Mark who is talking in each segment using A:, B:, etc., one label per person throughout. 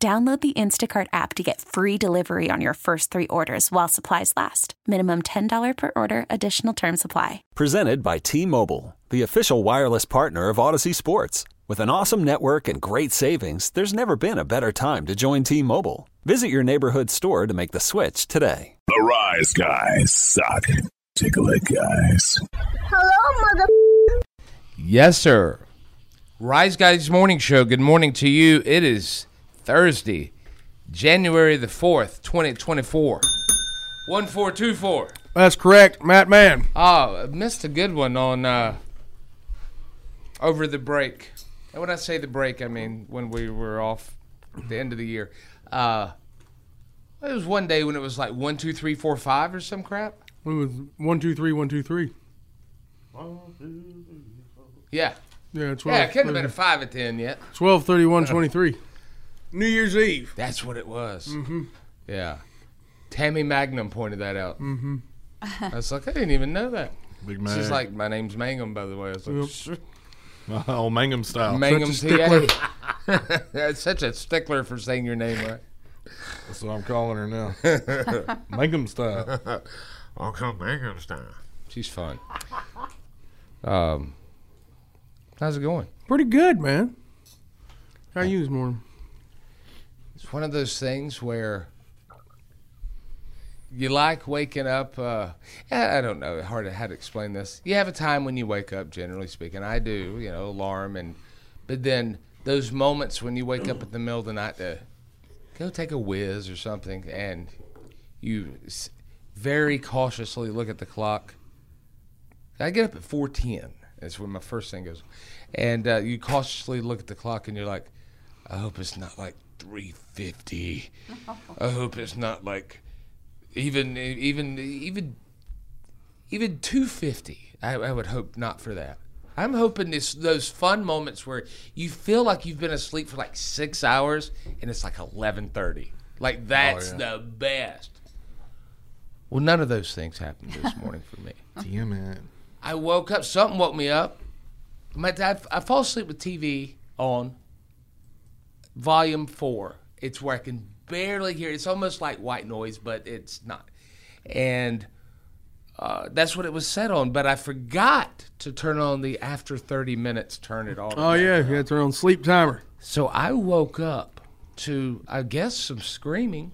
A: Download the Instacart app to get free delivery on your first three orders while supplies last. Minimum $10 per order, additional term supply.
B: Presented by T Mobile, the official wireless partner of Odyssey Sports. With an awesome network and great savings, there's never been a better time to join T Mobile. Visit your neighborhood store to make the switch today.
C: The Rise Guys suck. Take a look, guys.
D: Hello, mother.
E: Yes, sir. Rise Guys Morning Show. Good morning to you. It is Thursday, January the 4th, 2024. 1424.
F: That's correct, Matt Mann.
E: Oh, I missed a good one on uh, over the break. And when I say the break, I mean when we were off at the end of the year. Uh, it was one day when it was like one, two, three, four, five, or some crap.
F: It was one, two, three, one, two, three.
E: Yeah.
F: Yeah, 12,
E: Yeah, it couldn't have been a five at the end yet.
F: 12, 31, 23. New Year's Eve.
E: That's what it was. Mm-hmm. Yeah. Tammy Magnum pointed that out. Mm-hmm. I was like, I didn't even know that.
G: Big man.
E: She's like, my name's Mangum, by the way. I was like, "Sure."
G: oh, Mangum style.
E: Mangum
F: Such a
E: TA. That's such a stickler for saying your name right.
G: That's what I'm calling her now. Mangum style.
H: I'll come Mangum style.
E: She's fun. Um, how's it going?
F: Pretty good, man. How you this morning?
E: It's one of those things where you like waking up. Uh, I I don't know hard to, how to explain this. You have a time when you wake up, generally speaking. I do, you know, alarm and, but then those moments when you wake up in the middle of the night to go take a whiz or something, and you s- very cautiously look at the clock. I get up at four ten. That's when my first thing goes, and uh, you cautiously look at the clock, and you're like, I hope it's not like three fifty. I hope it's not like even even even even 250 I, I would hope not for that i'm hoping it's those fun moments where you feel like you've been asleep for like six hours and it's like 11.30 like that's the best Oh, well none of those things happened this morning for me
G: Damn it.
E: i woke up something woke me up my dad i fall asleep with tv on volume four. It's where I can barely hear. It's almost like white noise, but it's not. And uh, that's what it was set on. But I forgot to turn on the after 30 minutes. Turn it on.
F: Oh, yeah. You had to on sleep timer.
E: So I woke up to, I guess, some screaming.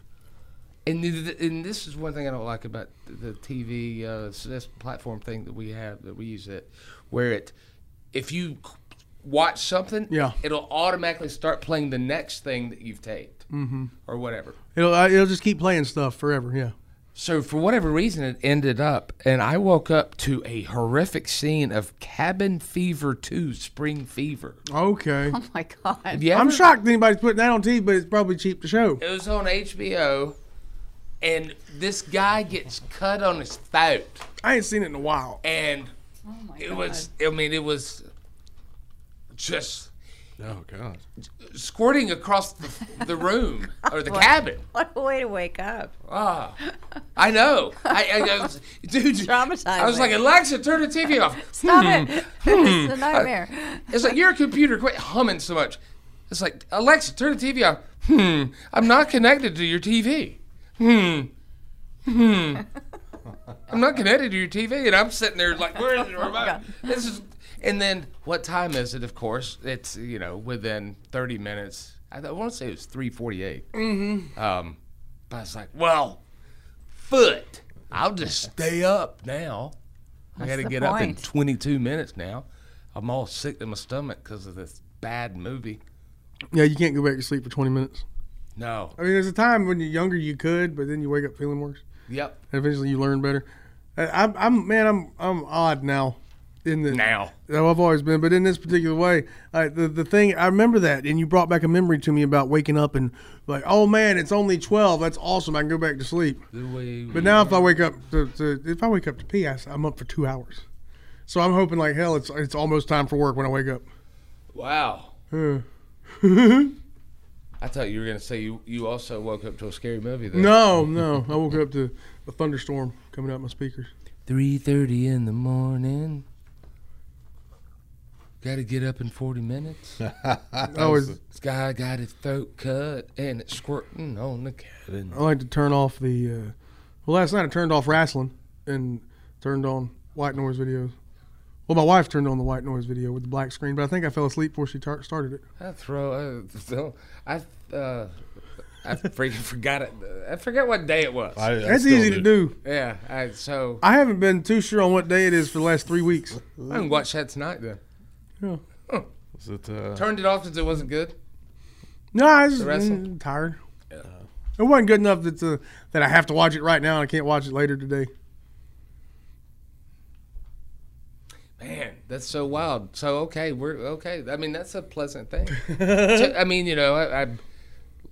E: And, th- th- and this is one thing I don't like about th- the TV uh, s- this platform thing that we have that we use it, where it, if you c- watch something,
F: Yeah.
E: it'll automatically start playing the next thing that you've taped mm-hmm. or whatever.
F: It'll, uh, it'll just keep playing stuff forever, yeah.
E: So for whatever reason, it ended up, and I woke up to a horrific scene of Cabin Fever Two: Spring Fever.
F: Okay.
D: Oh my God.
E: Yeah,
F: I'm shocked anybody's putting that on TV, but it's probably cheap to show.
E: It was on HBO, and this guy gets cut on his throat,
F: I ain't seen it in a while.
E: and
D: Oh my
E: it was. I mean, it was just
G: Oh, God.
E: squirting across the, the room or the cabin.
D: What a way to wake up.
E: Ah, I know. I, I, I was, dude,
D: Traumatizing.
E: I was like, Alexa, turn the TV off. Hmm.
D: Stop it. it's a nightmare.
E: It's like your computer quit humming so much. It's like Alexa, turn the TV off. Hmm, I'm not connected to your TV. Hmm, hmm. I'm not connected to your TV, and I'm sitting there like, where is the remote? This is. And then, what time is it? Of course, it's you know within 30 minutes. I, th- I want to say it was 3:48. Mm-hmm. Um, but I was like, well, foot. I'll just stay up now. I got to
D: the
E: get up in
D: point?
E: 22 minutes now. I'm all sick to my stomach because of this bad movie.
F: Yeah, you can't go back to sleep for 20 minutes.
E: No.
F: I mean, there's a time when you're younger you could, but then you wake up feeling worse.
E: Yep.
F: And eventually you learn better. I- I'm, I'm man, I'm I'm odd now. in the
E: Now.
F: Oh, I've always been, but in this particular way, I, the the thing I remember that, and you brought back a memory to me about waking up and like, oh man, it's only twelve. That's awesome. I can go back to sleep. But now if I wake up to, to if I wake up to pee, I, am up for two hours. So I'm hoping like hell it's it's almost time for work when I wake up.
E: Wow.
D: Hmm.
E: I thought you were going to say you, you also woke up to a scary movie.
F: No,
E: Though.
F: no, I woke up to a thunderstorm coming out my speakers.
E: Three thirty in the morning. Got to get up in forty minutes.
F: I always
E: This guy got his throat cut and it's squirting on the cabin.
F: I like to turn off the. Uh, well, last night I turned off wrestling and turned on white noise videos. Well, my wife turned on the white noise video with the black screen, but I think I fell asleep before she tar- started it.
E: I throw. I, so I. Uh, I freaking forgot it. I forget what day it was.
G: I, I
F: That's
G: still
F: easy to do.
E: yeah. I, so
F: I haven't been too sure on what day it is for the last three weeks.
E: I can watch that tonight then.
G: Is it, uh,
E: Turned it off because it wasn't good.
F: No, I was just,
E: wrestle?
F: mm, tired. It wasn't good enough that uh, that I have to watch it right now and I can't watch it later today.
E: Man, that's so wild. So okay, we're okay. I mean, that's a pleasant thing. To- I mean, you know, I, I'm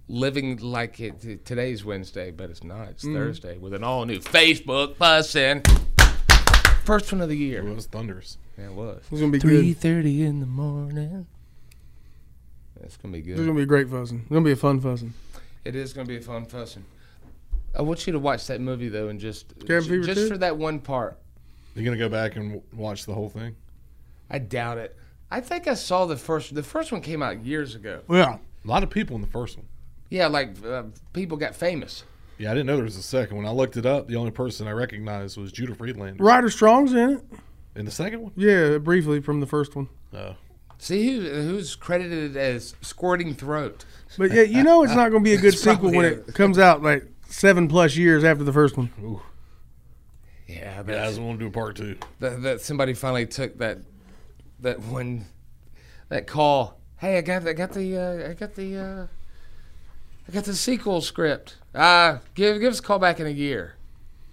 E: living like it. t- Today's Wednesday, but it's not. It's
F: Mm.
E: Thursday with an all new Facebook bussin. First one of the year.
G: it was thunders.
E: Yeah, it was.
F: It's gonna be
E: Three
F: good.
E: thirty in the morning. That's gonna be
F: It's
E: good.
F: gonna be great fussing. It's gonna be a fun fussing.
E: It is gonna be a fun fussing. I want you to watch that movie though, and just
F: Cabin Fever
E: just
F: too?
E: for that one part.
G: You gonna go back and w- watch the whole thing?
E: I doubt it. I think I saw the first. The first one came out years ago.
F: Yeah,
G: A lot of people in the first one.
E: Yeah, like uh, people got famous.
G: Yeah, I didn't know there was a second. When I looked it up, the only person I recognized was Judah Friedlander
F: Ryder Strong's in it.
G: in the second one.
F: Yeah, briefly from the first one.
G: No,
E: See who who's credited as squirting throat.
F: But yeah, you know it's not going to be a good sequel when
E: probably
F: it comes out like seven plus years after the first one.
E: Yeah,
G: yeah, I
E: that's,
G: want to do a part two.
E: that, that somebody finally took that that one that call. Hey, I got I got the uh, I got the uh, I got the sequel script. Uh give give us a call back in a year.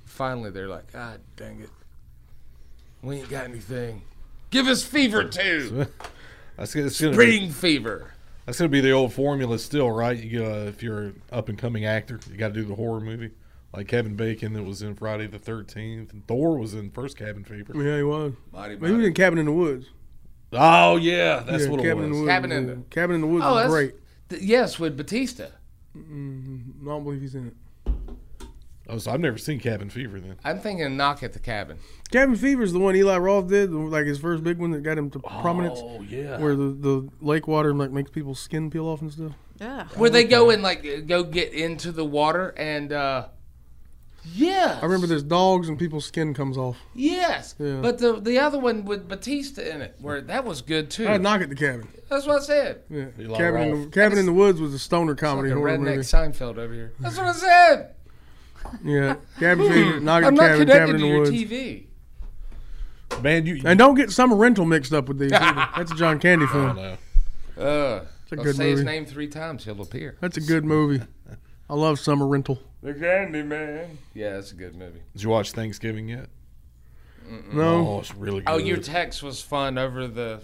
E: Finally, they're like, ah, dang it, we ain't got anything. Give us Fever Two,
G: That's gonna, it's gonna be,
E: Breeding Fever.
G: that's gonna be the old formula still, right? You uh, if you're an up and coming actor, you got to do the horror movie, like Kevin Bacon that was in Friday the Thirteenth. Thor was in First Cabin Fever.
F: Yeah, he was.
E: Mighty
F: But he was in Cabin in the Woods.
G: Oh yeah, that's
F: yeah,
G: what it
F: Cabin
G: was.
F: in the Woods.
E: Cabin in
F: was-
E: the-
F: Cabin in the Woods
E: Oh,
F: was
E: that's
F: great.
E: th- yes, with Batista.
F: I don't believe he's in it.
G: Oh, so I've never seen Cabin Fever then.
E: I'm thinking Knock at the Cabin.
F: Cabin Fever's the one Eli Roth did, like his first big one that got him to prominence,
G: yeah,
F: where the, the lake water like makes people's skin peel off and stuff.
D: Yeah.
E: Where they go and like uh, go get into the water and uh yeah,
F: I remember there's dogs and people's skin comes off.
E: Yes,
F: Yeah.
E: but the the other one with Batista in it, where that was good too.
F: I would knock at the cabin.
E: That's what I said.
F: Yeah,
G: Eli
F: cabin in the,
G: Roth.
F: cabin in the Woods was a stoner comedy
E: Like a
F: horror
E: redneck
F: movie.
E: Seinfeld over here. That's what I said.
F: Yeah, Cabin Fever, knock at
E: I'm
F: the
E: not
F: cabin,
E: connected
F: cabin in
E: to
F: the
E: your
F: Woods.
E: TV.
G: man, you.
F: And don't get summer rental mixed up with these. Either. That's a John Candy
G: I don't
F: film.
G: know.
E: Uh,
F: a
E: I'll
F: good
E: say his
F: movie.
E: name three times, he'll appear.
F: That's a good movie. I love Summer Rental.
E: The Candy Man. Yeah, that's a good movie.
G: Did you watch Thanksgiving yet?
F: No,
G: Oh, it's really good.
E: Oh, your text was fun over the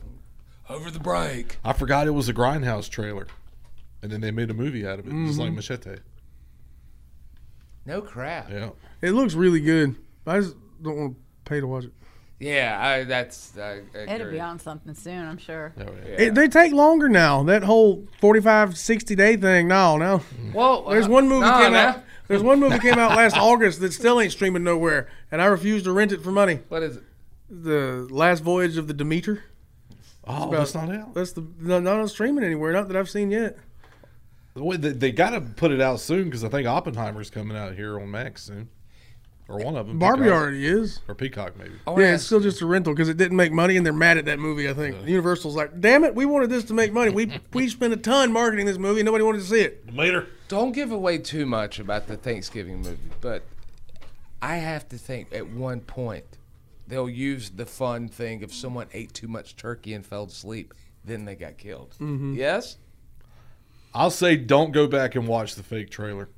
E: over the break.
G: I forgot it was a Grindhouse trailer, and then they made a movie out of it, just
F: Mm-hmm.
G: like Machete.
E: No crap.
G: Yeah, Oh,
F: it looks really good. I just don't want to pay to watch it.
E: Yeah, I, that's I, I
D: It'll
E: agree.
D: be on something soon, I'm sure.
G: oh, yeah.
E: Yeah.
F: it. They take longer now. That whole 45, 60 day thing. No, no.
E: Well,
F: There's
E: uh,
F: one movie
E: nah,
F: came
E: nah.
F: out. There's one movie came out last August that still ain't streaming nowhere, and I refuse to rent it for money.
E: What is it?
F: The Last Voyage of the Demeter.
G: Oh, that's not out.
F: That's the no, not on streaming anywhere. Not that I've seen yet.
G: Wait, They, they got to put it out soon because I think Oppenheimer's coming out here on Max soon, or one of them.
F: Barbie
G: Peacock.
F: already is.
G: or Peacock maybe.
E: I wanna
F: Yeah, it's
E: ask-
F: still just a rental because it didn't make money, and they're mad at that movie. I think Universal's like, "Damn it, we wanted this to make money. We we spent a ton marketing this movie, and nobody wanted to see it."
G: Later.
E: don't give away too much about the Thanksgiving movie, but I have to think at one point they'll use the fun thing if someone ate too much turkey and fell asleep, then they got killed.
G: Mm-hmm.
E: Yes?
G: I'll say don't go back and watch the fake trailer.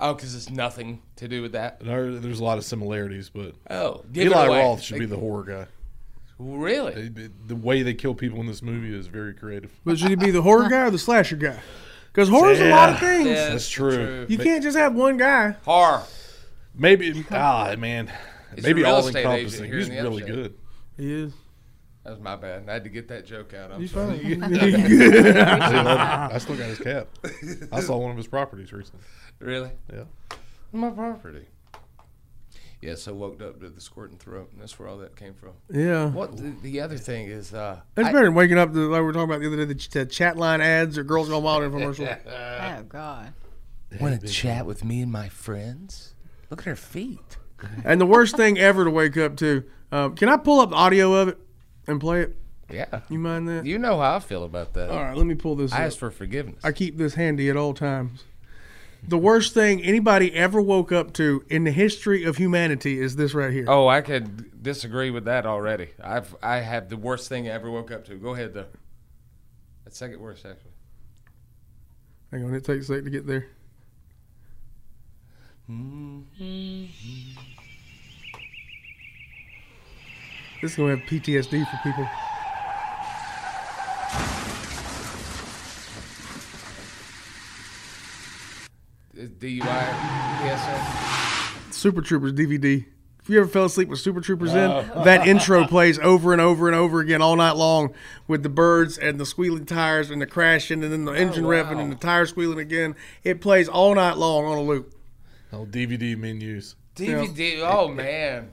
E: Oh, because it's nothing to do with that.
G: There- There's a lot of similarities, but
E: Oh, give it
G: Eli
E: away.
G: Roth should
E: Like,
G: be the horror guy.
E: Really?
G: They- they- the way they kill people in this movie is very creative.
F: But should he be the horror guy or the slasher guy? Because horror's a lot of things.
G: That's true.
F: You can't just have one guy.
E: Horror.
G: Maybe ah man,
E: He's
G: maybe
E: a real
G: all
E: estate agent
G: encompassing.
E: here
G: He's
E: in the
G: really
E: episode.
G: good.
F: He is.
E: That's my bad. I had to get that joke out. I'm
F: He's
E: sorry.
F: fine.
G: I love it. I still got his cap. I saw one of his properties recently.
E: Really?
G: Yeah.
E: My property. Yes, I woke up to the squirting throat, and that's where all that came from.
F: yeah.
E: What the, the other thing is, uh,
F: That's
E: I-
F: better than waking up to, like we were talking about the other day, the, ch- the chat line ads or Girls Gone Wild infomercial.
D: Oh God.
E: Want to chat with me and my friends? Look at her feet.
F: and the worst thing ever to wake up to. Um, can I pull up the audio of it and play it?
E: Yeah.
F: You mind that?
E: You know how I feel about that.
F: All right, let me pull this
E: I
F: up.
E: asked for forgiveness.
F: Oh, I keep this handy at all times. The worst thing anybody ever woke up to in the history of humanity is this right here.
E: oh, I could disagree with that already. I've I have the worst thing I ever woke up to. Go ahead though. That's second worst actually.
F: Hang on, it takes a second to get there. This is going to have PTSD for people.
E: Is DUI. Yes,
F: Super Troopers DVD. If you ever fell asleep with Super Troopers in, that intro plays over and over and over again all night long with the birds and the squealing tires and the crashing and then
E: Oh,
F: the engine revving and the tires squealing again. It plays all night long on a loop.
G: Oh, DVD menus.
E: sir. DVD. Oh man.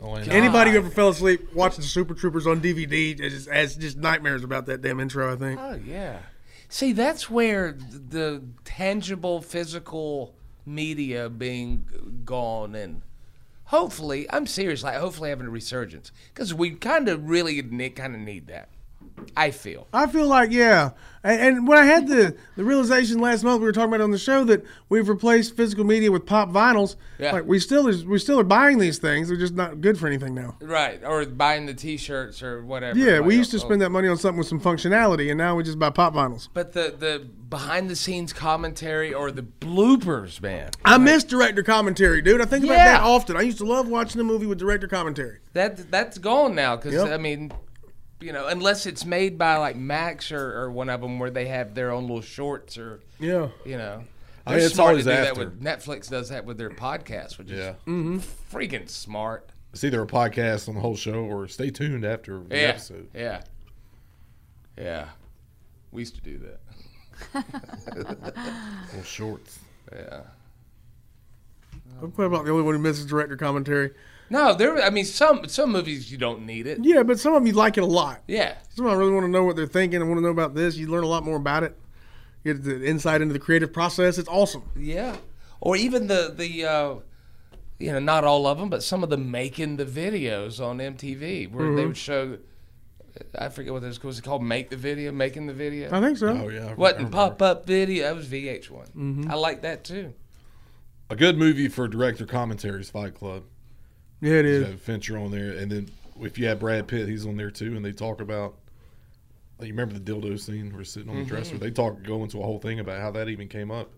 G: Oh, and-
F: Anybody who
E: Ah.
F: ever fell asleep watching Super Troopers on DVD has just, has just nightmares about that damn intro, I think.
E: Oh yeah. See, that's where th- the tangible physical media being g- gone and hopefully, I'm serious, like hopefully having a resurgence because we kind of really need, kind of need that. I feel.
F: I feel like, yeah. And, and when I had the, the realization last month, we were talking about it on the show that we've replaced physical media with pop vinyls.
E: Yeah.
F: Like we still is, we still are buying these things. They're just not good for anything now.
E: Right, or buying the T-shirts or whatever.
F: Yeah, we
E: Like,
F: used to
E: oh,
F: spend that money on something with some functionality, and now we just buy pop vinyls.
E: But the the behind the scenes commentary or the bloopers, man.
F: I miss director commentary, dude. I think about
E: Yeah.
F: that often. I used to love watching a movie with director commentary.
E: That that's gone now because
F: Yep.
E: I mean, you know, unless it's made by like Max or, or one of them where they have their own little shorts or
F: Yeah.
E: you know.
G: I mean,
E: They're
G: it's
E: smart
G: always
E: to do
G: after.
E: that with Netflix does that with their podcast, which is
G: Yeah.
E: freaking smart.
G: It's either a podcast on the whole show or stay tuned after the
E: Yeah.
G: episode.
E: Yeah. Yeah. We used to do that.
G: Little shorts.
E: Yeah.
F: I'm quite about the only one who misses director commentary.
E: No, there I mean some some movies you don't need it.
F: Yeah, but some of them you like it a lot.
E: Yeah.
F: Some of them I really want to know what they're thinking. I want to know about this. You learn a lot more about it. You get the insight into the creative process. It's awesome.
E: Yeah. Or even the the uh you know, not all of them, but some of them making the videos on MTV where they would show uh, I forget what this was it called make the video, making the video.
F: I think so.
G: Oh yeah. I
E: Wasn't
G: remember.
E: pop up video. That was VH1. I like that too.
G: A good movie for director commentary is Fight Club.
F: Yeah, it
G: You
F: is.
G: have Fincher on there, and then if you have Brad Pitt, he's on there too, and they talk about. Like, you remember the dildo scene? We're sitting on
E: Mm-hmm.
G: the dresser. They talk, go into a whole thing about how that even came up.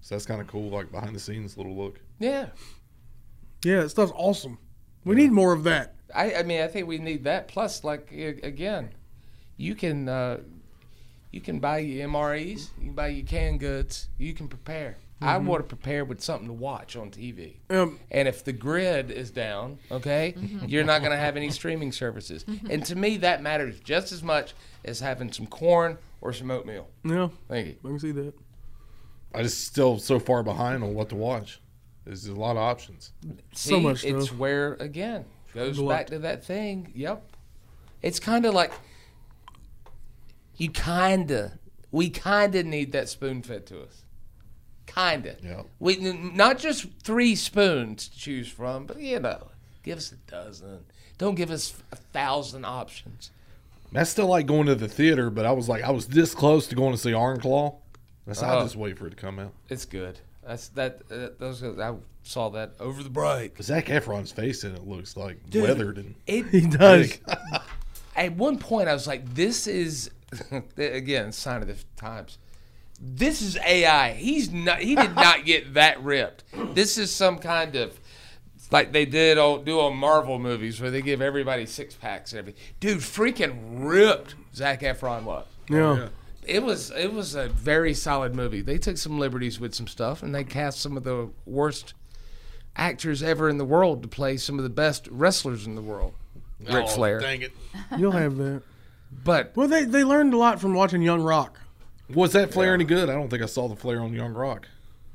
G: So that's kind of cool, like behind the scenes little look.
E: Yeah.
F: Yeah, that stuff's awesome. We need more of that.
E: I, I mean, I think we need that. Plus, like a- again, you can uh, you can buy your MREs, you can buy your canned goods, you can prepare. I want to prepare with something to watch on TV.
F: Um,
E: and if the grid is down, okay, you're not going to have any streaming services. and to me, that matters just as much as having some corn or some oatmeal.
F: Yeah,
E: Thank you.
F: I can see that.
G: I just still so far behind on what to watch. There's a lot of options.
E: See,
F: So much
E: It's
F: stuff.
E: where again goes
F: Blood.
E: back to that thing. Yep. It's kind of like you kinda we kinda need that spoon fed to us. Kinda.
G: Yeah.
E: We n- not just three spoons to choose from, but you know, give us a dozen. Don't give us a thousand options.
G: That's still like going to the theater, but I was like, I was this close to going to see Iron Claw. That's I
E: Oh.
G: just wait for it to come out.
E: It's good. That's that. Uh, those I saw that over the break.
G: Zach Efron's face in it looks like weathered and
E: It
F: Does
E: at one point I was like, this is again sign of the times. This is AI. He's not. He did not get that ripped. This is some kind of like they did on do on Marvel movies where they give everybody six packs and everything. Dude, freaking ripped Zach Efron was.
F: Yeah.
E: It was it was a very solid movie. They took some liberties with some stuff and they cast some of the worst actors ever in the world to play some of the best wrestlers in the world. Ric
G: Oh,
E: Flair.
G: Dang it.
F: You'll have that.
E: But
F: Well, they, they learned a lot from watching Young Rock.
G: Was that Flair any good? I don't think I saw the Flair on Young Rock.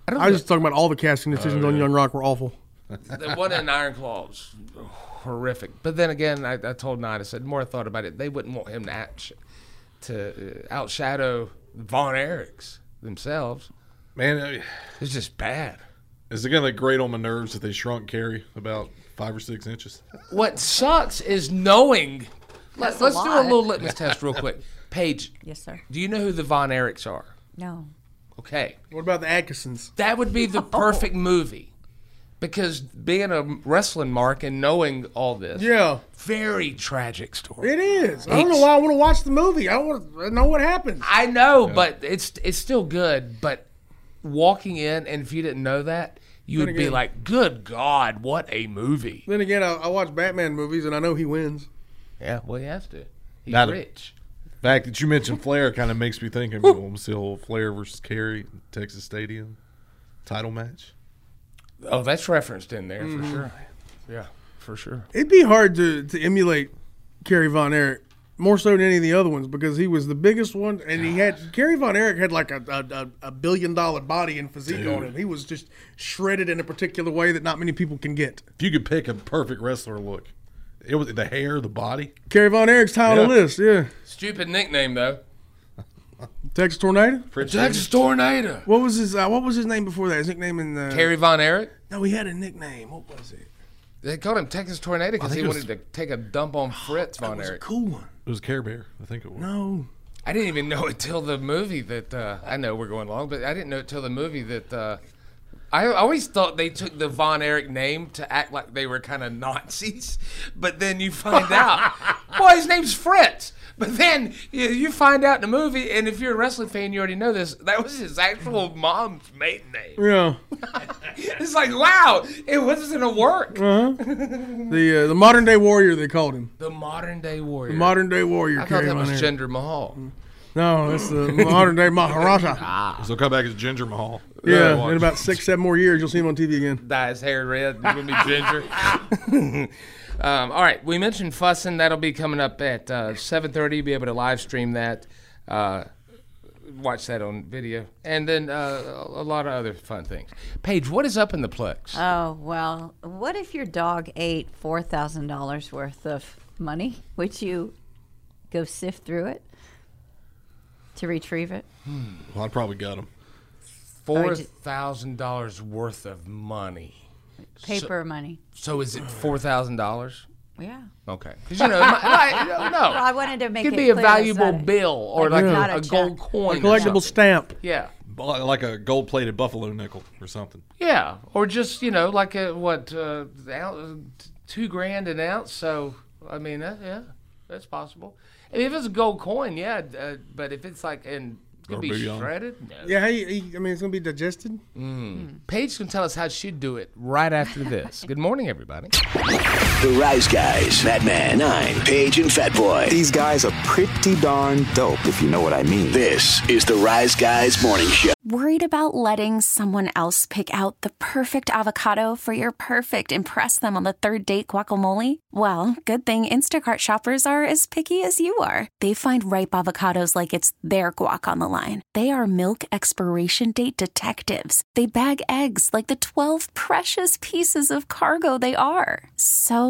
F: I was just talking about all the casting decisions on Young Rock were awful.
E: the one in Iron Claws, horrific. But then again, I, I told Nod, I said, the more I thought about it, they wouldn't want him to, outsh- to uh, outshadow Von Erichs themselves.
G: Man, I-
E: It's just bad.
G: is it going to grate on my nerves that they shrunk Carrie about five or six inches?
E: What sucks is knowing. Let,
D: That's a
E: let's do a
D: lot.
E: little litmus test real quick. Paige,
D: Yes, sir.
E: do you know who the Von Erichs are?
D: No.
E: Okay.
F: What about the Atkinsons?
E: That would be the perfect movie. Because being a wrestling mark and knowing all this,
F: Yeah,
E: very tragic story.
F: it is. I don't know why I want to watch the movie. I want to know what happens.
E: I know, but it's it's still good. But walking in, and if you didn't know that, you would be
F: again-
E: like, "Good God, what a movie!"
F: Then again, I, I watch Batman movies and I know he wins.
E: Yeah, well, he has to. He's
G: Not a-
E: rich.
G: The fact that you mentioned Flair kind of makes me think of well, see the whole Flair versus Carrie Texas Stadium title match.
E: Oh, that's referenced in there for sure. Yeah, for sure.
F: It'd be hard to, to emulate Kerry Von Erich more so than any of the other ones because he was the biggest one and he had Kerry Von Erich had like a, a, a, a billion dollar body and physique on him. He was just shredded in a particular way that not many people can get.
G: If you could pick a perfect wrestler look, it was the hair, the body.
F: Kerry Von Erich's top of the
G: Yeah.
F: list. Yeah,
E: Stupid nickname though.
F: Texas Tornado.
E: Texas Tornado.
F: What was his uh, What was his name before that? His nickname in the
E: Terry Von Erich.
F: No, he had a nickname. What was it?
E: They called him Texas Tornado because he
G: think it was-
E: wanted to take a dump on Fritz Von
F: It was a
E: Erich.
F: cool one.
G: It was Care Bear, I think it was.
F: No,
E: I didn't even know until the movie that uh, I know we're going long, but I didn't know until the movie that uh, I always thought they took the Von Erich name to act like they were kind of Nazis, but then you find out, well, his name's Fritz. But then you, you find out in the movie, and if you're a wrestling fan, you already know this. That was his actual mom's maiden name.
F: yeah.
E: It's like, wow, it wasn't a work.
F: Mm. The uh, the modern day warrior they called him.
E: The modern day warrior.
F: Modern day warrior.
E: I thought
F: Kerry
E: that
F: Von
E: was
F: Erich. Mm.
E: Jinder Mahal.
F: No, that's the modern day Maharaja.
G: So he'll come back as Ginger Mahal.
F: yeah, in about six, seven more years, you'll see him on TV again.
E: dye his hair red. He's gonna be ginger. um, all right, we mentioned fussing. That'll be coming up at uh, seven thirty. Be able to live stream that. Uh, watch that on video, and then uh, a lot of other fun things. Paige, what is up in the plex?
D: Oh, well, what if your dog ate $4,000 worth of money? Would you go sift through it to retrieve it?
G: Well, I'd probably gut him.
E: Four thousand dollars worth of money.
D: Paper money.
E: So is it four thousand dollars?
D: Yeah.
E: Okay, 'Cause, you know, my, I, no,
D: Well, I wanted to make
E: could
D: it
E: be a
D: clear that's
E: valuable
D: not a-
E: bill or
D: like,
E: like,
D: not
E: a,
D: a
E: a gold
D: check.
E: coin, or
F: Collectible
E: something.
F: stamp.
E: Yeah.
G: But Like a gold plated buffalo nickel or something.
E: Yeah, or just you know, like a what, uh, ounce, two grand an ounce. So I mean, uh, yeah, that's possible. I mean, if it's a gold coin, yeah, uh, but if it's like and it could
G: Or
E: be
G: bullion.
E: shredded. No.
F: Yeah, hey, he- I mean, it's gonna be digested.
E: Paige can tell us how she'd do it right after this. Good morning, everybody.
I: The Rise Guys, Batman, Nine, Page, and Fatboy.
J: These guys are pretty darn dope, if you know what I mean.
I: This is the Rise Guys Morning Show.
A: Worried about letting someone else pick out the perfect avocado for your perfect impress them on the third date guacamole? Well, good thing Instacart shoppers are as picky as you are. They find ripe avocados like it's their guac on the line. They are milk expiration date detectives. They bag eggs like the 12 precious pieces of cargo they are. So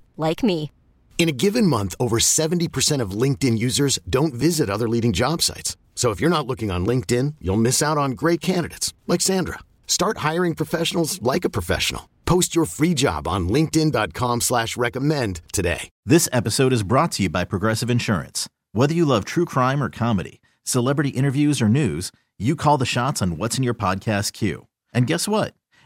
K: like me.
L: In a given month, over 70% of LinkedIn users don't visit other leading job sites. So if you're not looking on LinkedIn, you'll miss out on great candidates like Sandra. Start hiring professionals like a professional. Post your free job on linkedin.com slash recommend today.
M: This episode is brought to you by Progressive Insurance. Whether you love true crime or comedy, celebrity interviews or news, you call the shots on what's in your podcast queue. And guess what?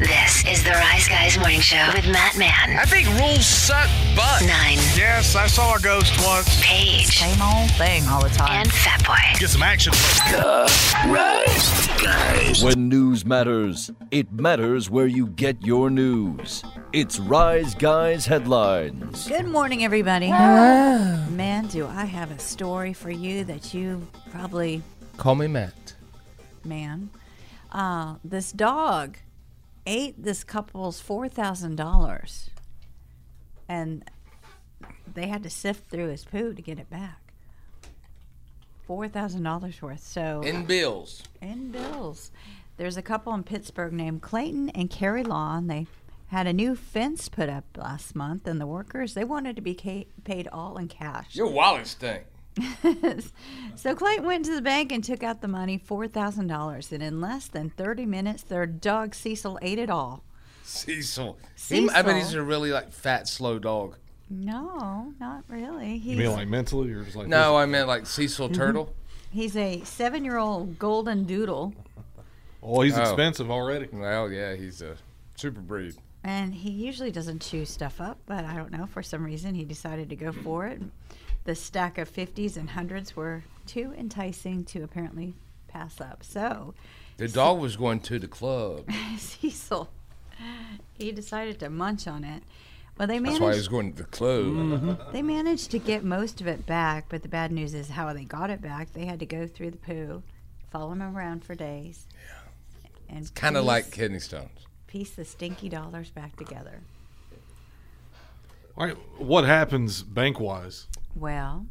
N: This is the Rise Guys Morning Show with Matt Mann. I think rules suck butt. Nine. Yes, I saw a ghost once. Paige. Same old thing all the time. And Fatboy.
O: Get some action.
P: When news matters, it matters where you get your news. It's Rise Guys headlines.
D: Good morning, everybody. Man, do I have a story for you that you probably,
E: Call me Matt.
D: man. Uh, this dog ate this couple's $4,000 and they had to sift through his poo to get it back. $4,000 worth. So
E: In bills.
D: and bills. There's a couple in Pittsburgh named Clayton and Carrie Lawn. They had a new fence put up last month, and the workers they wanted to be ca- paid all in cash.
E: Your wallet stink.
D: So Clayton went to the bank and took out the money, four thousand dollars, and in less than thirty minutes, their dog Cecil ate it all.
E: Cecil. He- I bet he's
D: Cecil.
E: a really like fat, slow dog.
D: No, not really. He's,
G: You mean like mentally or just like
E: no, I meant like Cecil
D: Mhm.
E: Turtle.
D: he's a seven-year-old golden doodle,
G: Oh, he's
E: Oh.
G: expensive already.
E: Well, yeah, he's a super breed.
D: and he usually doesn't chew stuff up, but I don't know for some reason he decided to go for it. The stack of fifties and hundreds were too enticing to apparently pass up. So
E: The dog was going to the club.
D: Cecil, he decided to munch on it. Well, they
E: That's
D: managed.
E: why he was going to the club.
D: They managed to get most of it back, but the bad news is how they got it back. They had to go through the poo, follow him around for days. Yeah. And
E: Kind of
D: piece-
E: like kidney stones.
D: piece the stinky dollars back together.
G: All right, what happens bank wise?
D: Well,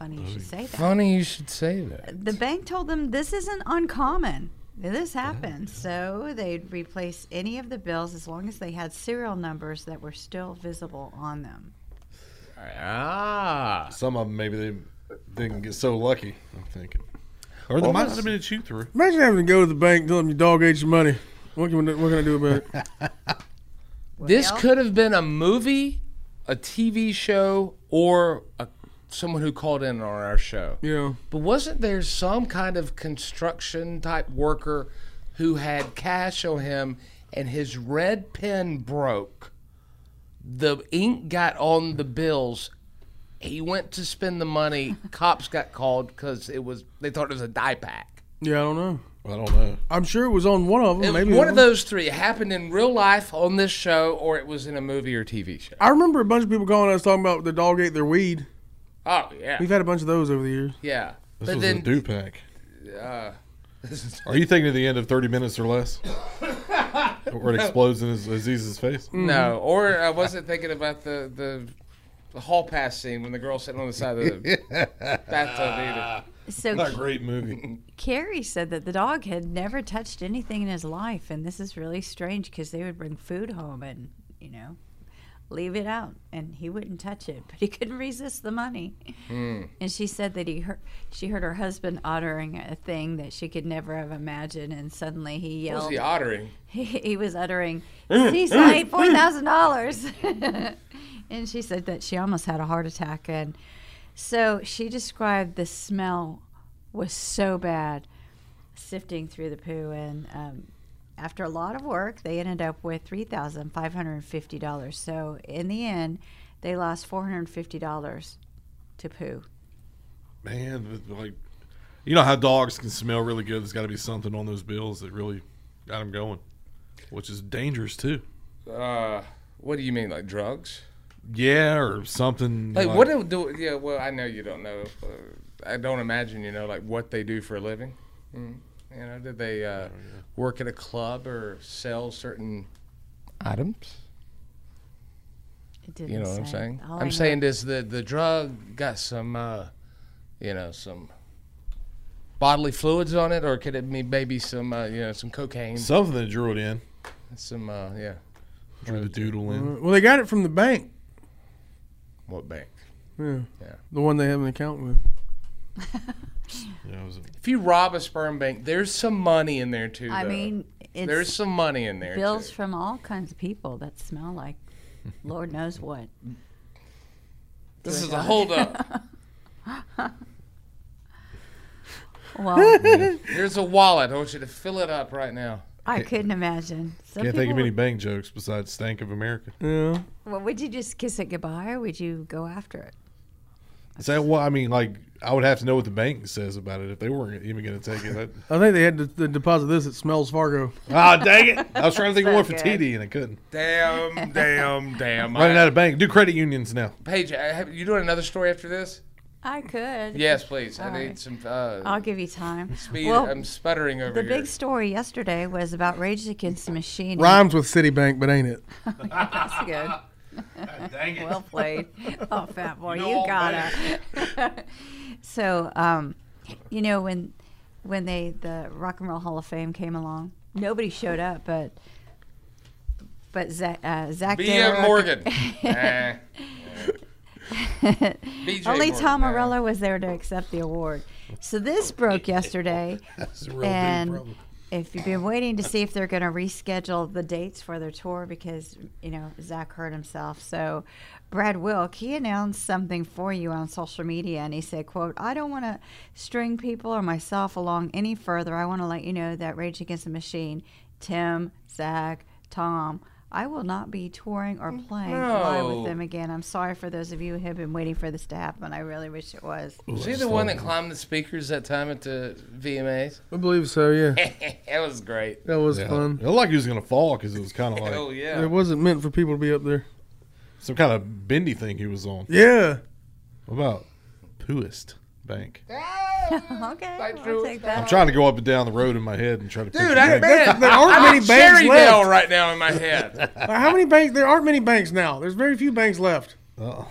D: funny you should say that.
E: Funny you should say that.
D: The bank told them this isn't uncommon. This happens. So they'd replace any of the bills as long as they had serial numbers that were still visible on them.
E: Ah,
G: some of them maybe they didn't get so lucky. I'm thinking, or there
F: Well,
G: might
F: that's-
G: have been a chew through.
F: Imagine having to go to the bank, tell them your dog ate your money. What can, we do- what can I do about it?
E: This could have been a movie, a TV show, or a, someone who called in on our show.
F: Yeah.
E: But wasn't there some kind of construction type worker who had cash on him and his red pen broke? The ink got on the bills. He went to spend the money. Cops got called because it was they thought it was a die pack.
F: Yeah, I don't know.
G: I don't know.
F: I'm sure it was on one of them.
E: It-
F: maybe
E: one of
F: the other
E: those three It happened in real life on this show, or it was in a movie or TV show.
F: I remember a bunch of people calling us talking about the dog ate their weed.
E: Oh yeah,
F: We've had a bunch of those over the years.
E: yeah.
G: This
E: but
G: was a
E: then,
G: do pack.
E: uh, this is-
G: Are you thinking of the end of 30 minutes or less? Where it explodes in his, Aziz's face?
E: No, or I wasn't thinking about the, the the hall pass scene when the girl's sitting on the side of the bathtub either.
D: So What a
G: great movie.
D: Carrie said that the dog had never touched anything in his life, and this is really strange because they would bring food home and, you know, leave it out, and he wouldn't touch it, but he couldn't resist the money.
E: Hmm.
D: And she said that he heard, she heard her husband uttering a thing that she could never have imagined, and suddenly
E: What
D: he yelled.
E: was he uttering?
D: He, he was uttering, Cecil ate $4,000. and she said that she almost had a heart attack. And so she described the smell was so bad sifting through the poo. And um, after a lot of work, they ended up with $3,550. So in the end, they lost $450 to poo.
G: Man, but, like, you know how dogs can smell really good. There's got to be something on those bills that really got him going, which is dangerous too.
E: Uh, what do you mean, like drugs?
G: Yeah, or something.
E: Like what do, do? Yeah, well, I know you don't know. Uh, I don't imagine you know like what they do for a living. Mm, you know, did they uh, work at a club or sell certain items?
D: It
E: you
D: didn't
E: know what I'm
D: say.
E: saying?
D: All I
E: I'm
D: know-
E: saying this: the the drug got some, uh, you know, some bodily fluids on it, or could it be maybe some, uh, you know, some cocaine?
G: Something that drew it in.
E: Some, uh, yeah.
G: Drew the doodle
E: Mm-hmm.
G: in.
F: Well, they got it from the bank.
E: What bank?
F: Yeah.
E: Yeah.
F: The one they have an account with.
G: Yeah, it was a-
E: If you rob a sperm bank, there's some money in there too.
D: I
E: though.
D: mean, it's
E: there's some money in there.
D: Bills from all kinds of people that smell like, Lord knows what.
E: This is a holdup.
D: well,
E: There's a wallet. I want you to fill it up right now.
D: I couldn't imagine. Some
G: Can't think of
D: people-
G: any bank jokes besides Stank of America.
F: Yeah.
D: Well, would you just kiss it goodbye, or would you go after it?
G: Is that what I mean? Like, I would have to know what the bank says about it if they weren't even going to take it. That-
F: I think they had to, to deposit this at Smells Fargo.
G: Ah, dang it! I was trying to think of one for TD and I couldn't.
E: Damn, damn, damn.
G: Running
E: I-
G: out of bank. Do credit unions now.
E: Paige, I have, you doing another story after this?
D: I could.
E: Yes, please. I
D: All
E: need
D: right.
E: some. Uh,
D: I'll give you time.
E: Speed.
D: Well,
E: I'm sputtering over
D: the
E: here.
D: big story yesterday was about Rage Against the Machine.
F: Rhymes with Citibank, but ain't it?
D: That's good.
G: Dang it.
D: Well played. Oh, fat boy,
N: You
D: you,
N: know all
D: got
N: about
D: it. so, um, you know when when they the Rock and Roll Hall of Fame came along, nobody showed up, but but Zach, uh, Zach
E: B.M.
D: Dayrock-
E: Morgan. Nah. BJ
D: Only
E: Morgan,
D: Tom
E: nah.
D: Morello was there to accept the award. So this broke yesterday,
G: That's a real big
D: and
G: problem.
D: if you've been waiting to see if they're going to reschedule the dates for their tour because you know Zach hurt himself, so Brad Wilk he announced something for you on social media, and he said, "quote I don't want to string people or myself along any further. I want to let you know that Rage Against the Machine, Tim, Zach, Tom." I will not be touring or playing live
E: No.
D: with them again. I'm sorry for those of you who have been waiting for this to happen. I really wish it was.
E: Was he the one that climbed the speakers that time at the VMAs?
F: I believe so, yeah.
E: that was great.
F: That was
G: Yeah.
F: fun.
G: It looked like he was going to fall because it was kind of like
E: Hell yeah.
F: It wasn't meant for people to be up there.
G: some kind of bendy thing he was on.
F: Yeah.
G: What about Pooist Bank?
D: okay, I'll take that.
G: I'm trying to go up and down the road in my head and try to. pick
F: Dude,
G: the
F: I-
G: bank.
F: man, there aren't I'm many at banks Cherrydale left.
E: right now in my head.
F: Uh, How many banks? There aren't many banks now. There's very few banks left.
G: Oh,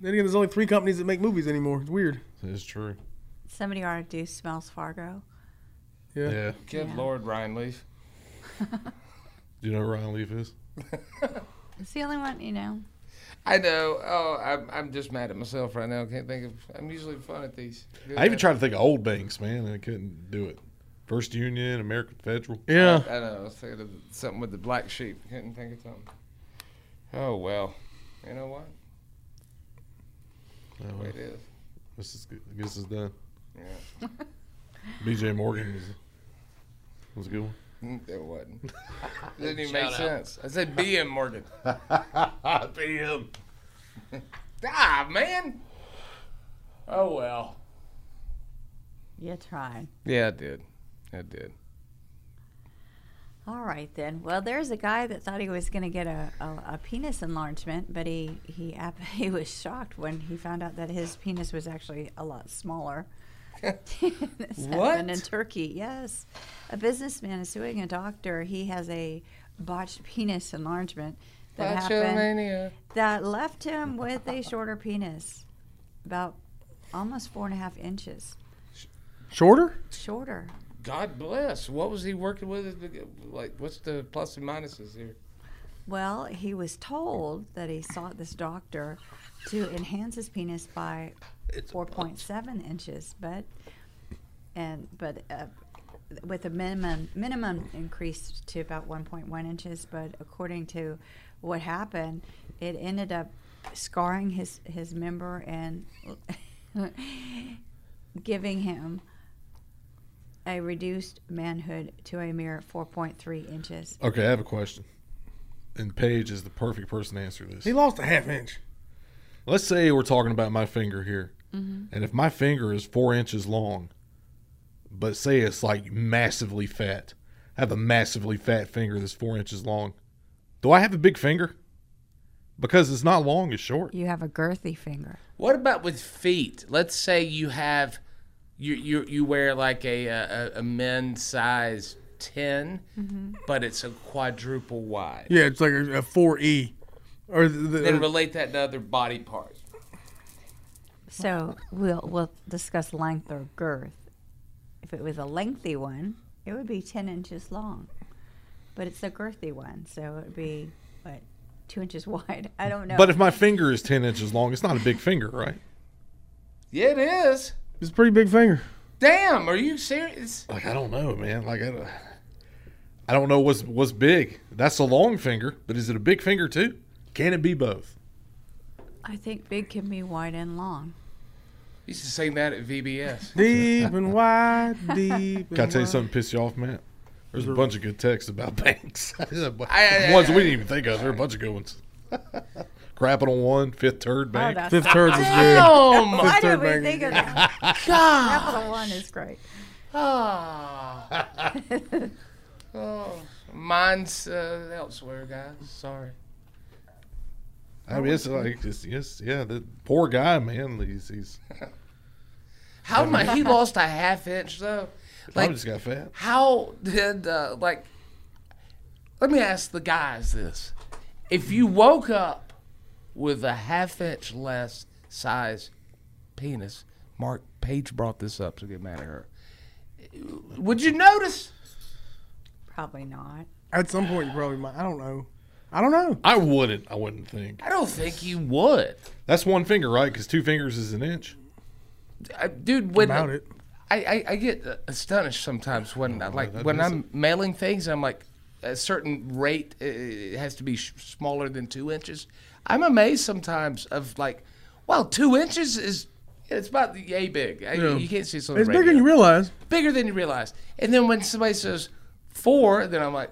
F: Then again, there's only three companies that make movies anymore. It's weird.
G: it's true.
D: Somebody ought to do Smells Fargo.
F: Yeah.
G: Yeah.
E: Good
D: Yeah.
E: Lord, Ryan Leaf.
G: Do you know who Ryan Leaf is?
D: It's the only one, you know.
E: I know. Oh, I'm, I'm just mad at myself right now. Can't think of. I'm usually fun at these.
G: I even tried to think of old banks, man, and I couldn't do it. First Union, American Federal.
F: uh,
E: I, I know. I was thinking of something with the black sheep. Couldn't think of something. Oh well. You know what?
G: Oh,
E: It is.
G: This is good. I guess it's done.
E: Yeah.
G: BJ Morgan was, was a good one.
E: Mm, It wasn't. Didn't even make
H: Shout out.
E: sense. I said BM Morgan.
G: BM.
E: ah man. Oh well.
D: You tried.
E: Yeah, I did. I did.
D: All right then. Well, there's a guy that thought he was going to get a, a, a penis enlargement, but he he ap- he was shocked when he found out that his penis was actually a lot smaller. this happened in
N: What?
D: Turkey. Yes, a businessman is suing a doctor. He has a botched penis enlargement that happened
E: Botchamania.
D: that left him with a shorter penis, about almost four and a half inches
F: Shorter?
D: shorter.
E: God bless. What was he working with? Like, what's the plus and minuses here?
D: Well, he was told that he sought this doctor to enhance his penis by 4.7 inches, but and but uh, with a minimum minimum increase to about 1.1 inches. But according to what happened, it ended up scarring his his member and giving him a reduced manhood to a mere 4.3 inches.
G: Okay, I have a question. And Paige is the perfect person to answer this.
F: He lost a half inch.
G: Let's say we're talking about my finger here. And if my finger is four inches long, but say it's like massively fat, I have a massively fat finger that's four inches long. Do I have a big finger? Because it's not long, it's short.
D: You have a girthy finger.
E: What about with feet? Let's say you have, you you you wear like a a, a men's size 10 but it's a quadruple wide.
F: Yeah, it's like a, a 4E. E. Or the, the-
E: then relate that to other body parts.
D: So we'll we'll discuss length or girth. If it was a lengthy one, it would be ten inches long, but it's a girthy one, so it would be what two inches wide. I don't know.
G: But if my finger is 10 inches long, it's not a big finger, right?
E: Yeah, it is.
F: It's a pretty big finger.
E: Damn, are you serious?
G: Like I don't know, man. Like I, I don't know what's what's big. That's a long finger, but is it a big finger too? Can it be both?
D: I think big can be wide and long.
E: You used to sing that at VBS.
F: Deep and wide, deep.
G: Can I tell you something piss you off, Matt? There's a bunch of good texts about banks. ones we didn't even think of. There are a bunch of good ones. Crapping on one, fifth
E: Oh,
G: turd bank.
D: that's-
F: Fifth Third was good.
E: Damn!
F: Fifth
D: Why
F: Third
D: did we
F: banger.
D: think of that?
E: God.
D: Capital One is great.
E: Ah. oh, mine's uh, elsewhere, guys. Sorry.
G: I mean, it's like, it's, it's, yeah, the poor guy, man. He's, he's
E: How much he lost a half inch though?
G: I just got fat.
E: How did uh, like? Let me ask the guys this: If you woke up with a half inch less size penis, Mark Page brought this up, so get mad at her. Would you notice?
D: Probably not.
F: At some point, you probably might. I don't know. I don't know.
G: I wouldn't. I wouldn't think.
E: I don't think you would.
G: That's one finger, right? Because two fingers is an inch.
E: I, Uh, dude, when
G: About it.
E: I, I, I get uh, astonished sometimes when
F: Oh,
E: I, like
G: that
E: when
G: is
E: I'm mailing things. I'm like a certain rate uh, it has to be sh- smaller than two inches. I'm amazed sometimes of like, wow, two inches is it's about yay big. I-
F: Yeah.
E: You can't see something
F: It's bigger than you realize.
E: bigger than you realize. And then when somebody says four, then I'm like,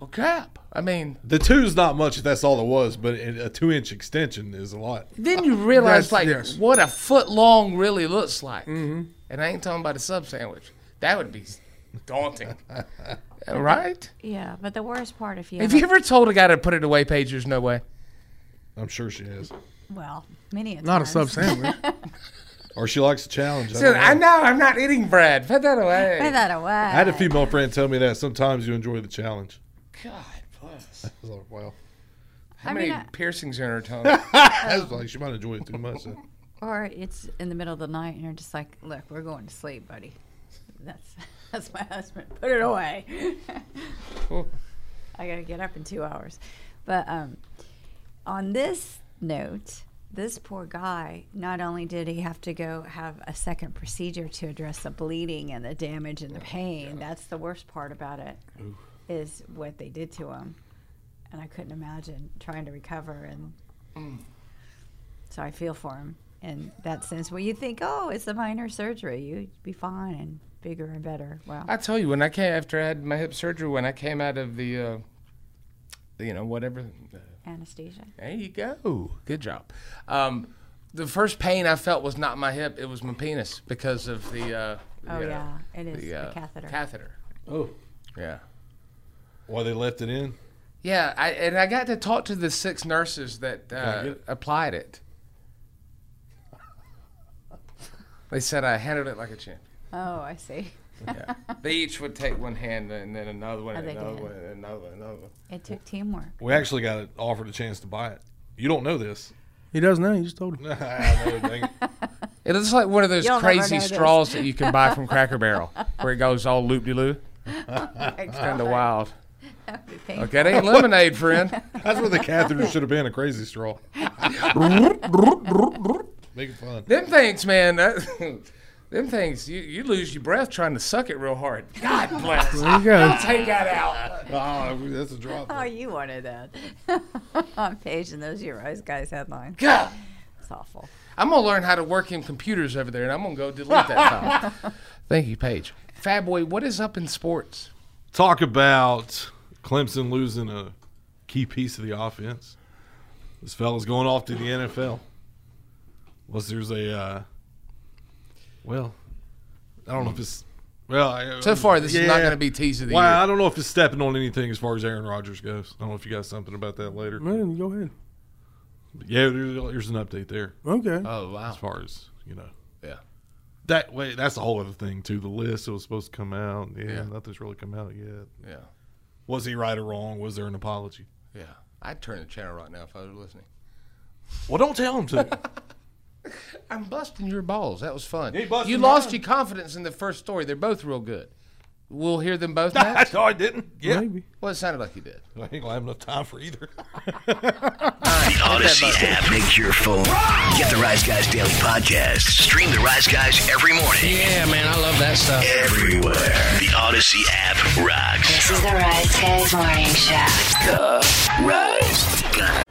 E: well, crap. I mean,
G: The two's not much if that's all it was, but a two inch extension is a lot.
E: then you realize
G: That's-
E: like
G: yes.
E: what a foot long really looks like. And I ain't talking about a sub sandwich. That would be daunting, right?
D: Yeah, but the worst part if you
E: Have
D: have
E: you ever told a guy to put it away, Paige? There's no way.
G: I'm sure she has.
D: well many a
G: Not a
D: times.
G: sub sandwich. Or she likes a challenge. I
E: So,
G: don't know.
E: I know I'm not eating bread. Put that away.
D: Put that away.
G: I had a female friend tell me that sometimes you enjoy the challenge.
E: God bless.
G: I was like, wow.
E: How
D: I mean,
E: many
D: I-
E: piercings in her tongue?
G: I was like, she might enjoy it too much. then.
D: Or it's in the middle of the night and you're just like, look, we're going to sleep, buddy. That's that's my husband. Put it away. I gotta get up in two hours. But um, on this note, this poor guy, not only did he have to go have a second procedure to address the bleeding and the damage and the pain, that's the worst part about it, is what they did to him. And I couldn't imagine trying to recover. And Mm. so I feel for him in that sense where you think, oh, it's a minor surgery, you'd be fine and bigger and better. Well,
E: I tell you, when I came after I had my hip surgery, when I came out of the, uh, you know, whatever.
D: anesthesia.
E: There you go. Good job. Um, the first pain I felt was not my hip; it was my penis because of the. Uh,
D: Oh,
E: you know,
D: yeah. It is the
E: uh,
D: catheter.
E: Catheter.
G: Oh.
E: Yeah.
G: Why they left it in?
E: Yeah, I, and I got to talk to the six nurses that
G: I get
E: uh, applied it. They said I handled it like a champ.
D: Oh, I see.
E: Yeah. they each would take one hand and then another one,
D: Oh,
E: and
D: they
E: another
D: did.
E: one, and another one, another one.
D: It took teamwork.
G: We actually got offered a chance to buy it. You don't know this.
F: He does now. You just told him.
G: I know, dang it.
E: It looks like one of those
D: You'll never
E: crazy
D: know this.
E: straws that you can buy from Cracker Barrel, where it goes all loop de loo.
D: It's
E: Kind of wild.
D: That would be painful.
E: Okay, that ain't lemonade, friend.
G: That's what the catheter should have been a crazy straw. Make it fun.
E: Them things, man. That, them things, you, you lose your breath trying to suck it real hard. God bless.
F: There you go.
E: Don't take that out.
G: Oh, that's a drop.
D: Oh, you wanted that. On page and those your eyes guys headline.
E: God.
D: It's awful.
E: I'm gonna learn how to work in computers over there, and I'm gonna go delete that file. Thank you, Paige. Fat boy, what is up in sports?
G: Talk about Clemson losing a key piece of the offense. This fella's going off to the NFL. Unless there's a, uh, well, I don't know if it's, well, I,
E: So far, this is not
G: yeah.
E: gonna be tease of the
G: Well,
E: year.
G: I don't know if it's stepping on anything as far as Aaron Rodgers goes. I don't know if you got something about that later.
F: Man, go ahead.
G: But yeah, there's, there's an update there.
F: Okay.
E: Oh wow.
G: As far as you know,
E: Yeah.
G: that way that's a whole other thing too. The list that was supposed to come out, yeah,
E: Yeah.
G: nothing's really come out yet.
E: Yeah.
G: Was he right or wrong? Was there an apology?
E: Yeah. I'd turn the channel right now if I was listening.
G: Well, don't tell him to.
E: I'm busting your balls. That was fun.
G: You busted
E: You lost
G: mine.
E: your confidence in the first story. They're both real good. We'll hear them both next.
G: no, I didn't. Yeah.
E: Maybe. Well, it sounded like you did.
G: I ain't gonna have enough time for either.
I: The Odyssey app makes your phone. Get the Rise Guys daily podcast. Stream the Rise Guys every morning.
E: Yeah, man, I love that stuff.
I: Everywhere. The Odyssey app rocks.
N: This is the Rise Guys Morning Show.
I: The Rise Guys.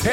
Q: Hey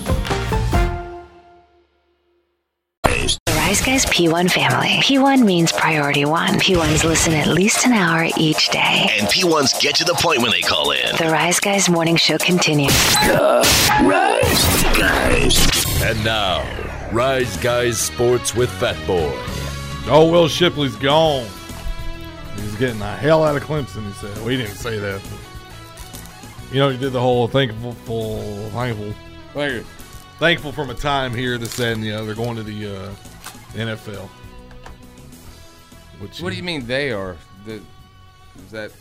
N: The Rise Guys P1 family. P1 means priority one. P1s listen at least an hour each day.
I: And P1s get to the point when they call in.
N: The Rise Guys Morning Show continues.
I: The Rise Guys.
R: And now, Rise Guys Sports with Fat Boy.
G: Oh, Will Shipley's gone. He's getting the hell out of Clemson. He said. We didn't say that. You know, he did the whole thankful, thankful, thankful, thankful from a time here. This, that, and the other. Going to the uh, NFL. Which
E: What do you mean they are? The, is that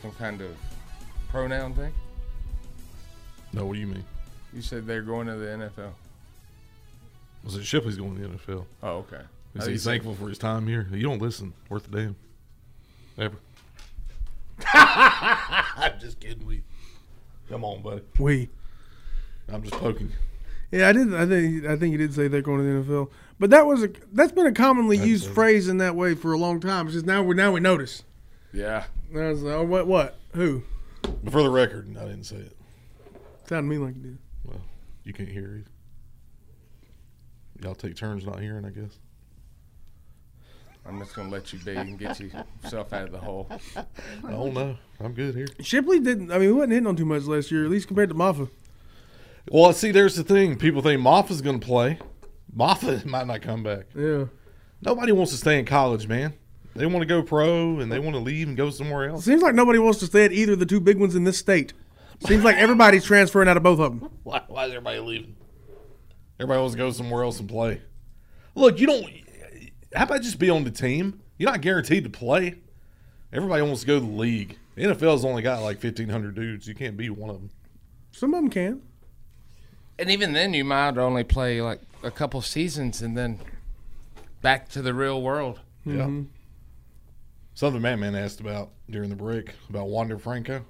E: some kind of pronoun thing?
G: No, what do you mean?
E: You said they're going to the NFL.
G: Was it Shipley's going to the NFL?
E: Oh, okay.
G: Is
E: Oh,
G: he
E: you said-
G: thankful for his time here? You don't listen. Worth a damn. Ever. I'm just kidding. We. Come on, buddy.
F: We.
G: I'm just poking.
F: Yeah, I did. I think I think you did say they're going to the NFL, but that was a that's been a commonly
G: That's
F: used
G: it.
F: phrase in that way for a long time. It's just now we now we notice.
E: Yeah.
F: Now it's like, oh, what what who?
G: But for the record, I didn't say it.
F: Sounded to me like you did.
G: Well, you can't hear it. Y'all take turns not hearing, I guess.
E: I'm just gonna let you be and get yourself out of the hole.
G: I don't know. I'm good here.
F: Shipley didn't. I mean, he wasn't hitting on too much last year, at least compared to Maffa.
G: Well, see, there's the thing. People think Moffa's going to play. Moffa might not come back.
F: Yeah.
G: Nobody wants to stay in college, man. They want to go pro and they want to leave and go somewhere else.
F: Seems like nobody wants to stay at either of the two big ones in this state. Seems like everybody's transferring out of both of them.
G: Why, why is everybody leaving? Everybody wants to go somewhere else and play. Look, you don't. How about just be on the team? You're not guaranteed to play. Everybody wants to go to the league. The NFL's only got like 1,500 dudes. You can't be one of them.
F: Some of them can.
E: And even then, you might only play like a couple seasons and then back to the real world.
G: Yeah. Something Madman asked about during the break about Wander Franco.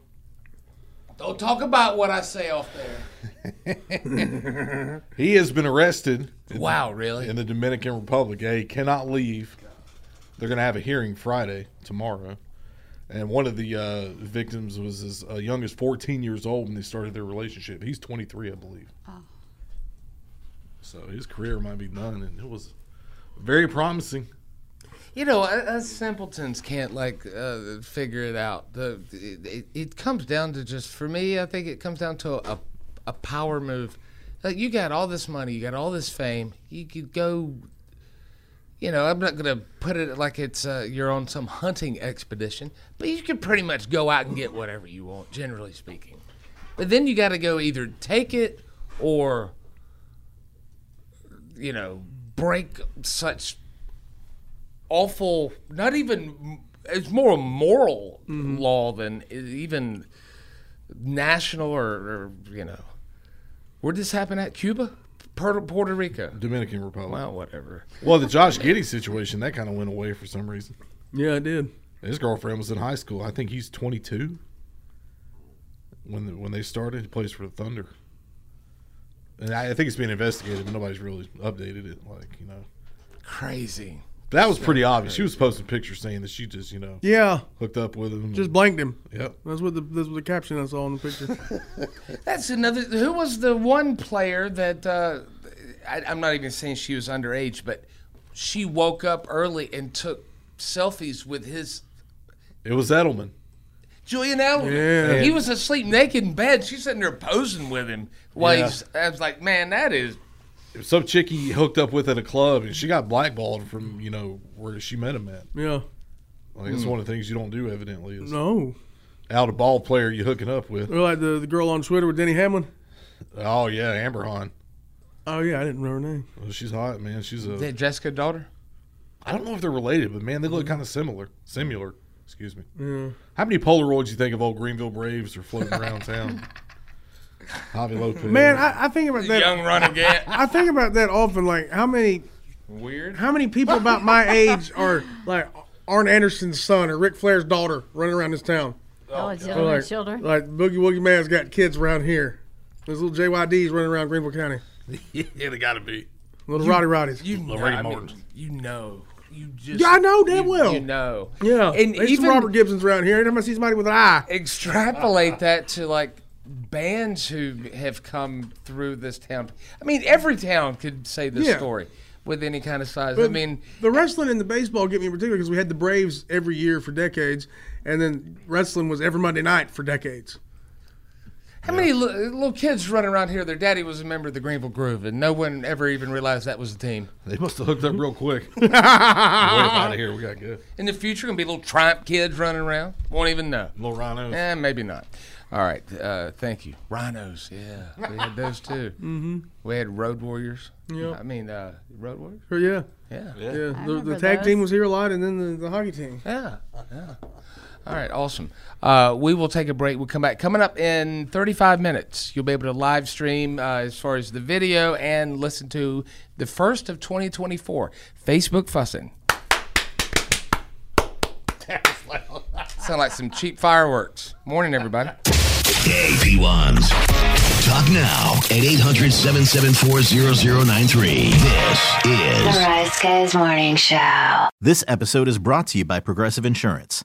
E: Don't talk about what I say off there.
G: He has been arrested. in-
E: Wow, really?
G: In the Dominican Republic. Yeah, he cannot leave. They're going to have a hearing Friday, tomorrow. And one of the uh, victims was as uh, young as 14 years old when they started their relationship. He's 23, I believe. So his career might be done. And it was very promising.
E: You know, u- us simpletons can't like uh, figure it out. The, it, it- it comes down to just for me. I think it comes down to a, a power move. Like you got all this money, you got all this fame. You could go. You know, I'm not gonna put it like it's uh, you're on some hunting expedition, but you can pretty much go out and get whatever you want, generally speaking. But then you got to go either take it or you know, break such awful, not even, it's more a moral law than i- even national or, or, you know. Where'd this happen at? Cuba? Puerto, Puerto Rico?
G: Dominican Republic.
E: Well, whatever.
G: Well, the Josh Giddy situation that kind of went away for some reason.
F: Yeah, it did.
G: His girlfriend was in high school. I think he's 22 when the, when they started. He plays for the Thunder, and I, I think it's being investigated, but nobody's really updated it. Like you know,
E: crazy.
G: That was pretty obvious. She was posting pictures saying that she just you know
F: Yeah.
G: hooked up with him.
F: Just blanked him.
G: Yep.
F: That's what the that's what the caption I saw on the picture.
E: That's another. Who was the one player that uh, I, I'm not even saying she was underage, but she woke up early and took selfies with his
G: It was Edelman.
E: Julian Edelman.
G: Yeah.
E: He was asleep naked in bed. She's sitting there posing with him. While
G: Yeah.
E: he's, I was like, man, that is
G: Some chick he hooked up with at a club, and she got blackballed from you know where she met him at.
F: Yeah.
G: Like it's
F: Hmm.
G: one of the things you don't do, evidently. Is
F: No.
G: out a ball player you hooking up with.
F: or like the, the girl on Twitter with Denny Hamlin.
G: Oh yeah, Amber Hahn.
F: Oh yeah, I didn't remember her name.
G: Well, she's hot, man. She's a.
E: Is that Jessica's daughter?
G: I don't know if they're related, but man, they look kind of similar. Similar, excuse me.
F: Yeah.
G: How many Polaroids you think of old Greenville Braves are floating around town? Javi Lopez.
F: Man, I, I think about that.
E: Young runagate.
F: I think about that often. Like how many
E: weird.
F: How many people about my age are like Arn Anderson's son or Ric Flair's daughter running around this town?
D: Oh, it's
F: Or like, Like Boogie Woogie Man's got kids around here. There's little JYDs running around Greenville County.
G: yeah, they gotta be.
F: Little
E: You-
F: Roddy Roddies.
E: You know,
F: Ricky
E: I mean,
F: Martin.
E: you know, you just.
F: Yeah, I know damn
E: you-
F: well.
E: You know.
F: Yeah,
E: And
F: There's some
E: even-
F: Robert Gibson's around here. Every time I see somebody with an eye,
E: extrapolate that to like bands who have come through this town. I mean, every town could say this
F: Yeah.
E: story with any kind of size. I
F: But
E: mean,
F: the wrestling and the baseball get me in particular because we had the Braves every year for decades, and then wrestling was every Monday night for decades.
E: how many li- little kids running around here? Their daddy was a member of the Greenville Groove, and no one ever even realized that was the team.
G: They must have hooked up real quick. Way out of here. We got good.
E: In the future, gonna be little triumph kids running around. Won't even know.
G: Little rhinos.
E: Eh, maybe not. All right. Uh, thank you. Rhinos. Yeah, we had those too.
F: Mhm.
E: We had Road Warriors.
F: Yeah.
E: I mean, uh, Road Warriors.
F: Or yeah,
E: Yeah.
F: yeah.
E: I
F: The,
E: remember
F: the tag
E: those.
F: team was here a lot, and then the, the hockey team.
E: Yeah, yeah. All right, awesome. Uh, we will take a break. We'll come back. Coming up in 35 minutes, you'll be able to live stream uh, as far as the video and listen to the first of 2024 Facebook fussing. Sound like some cheap fireworks. Morning, everybody.
I: Hey, P1s. Talk now at 800 774 0093. This
N: The
I: is.
N: Rise Guys Morning Show.
M: This episode is brought to you by Progressive Insurance.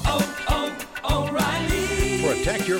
B: Protect your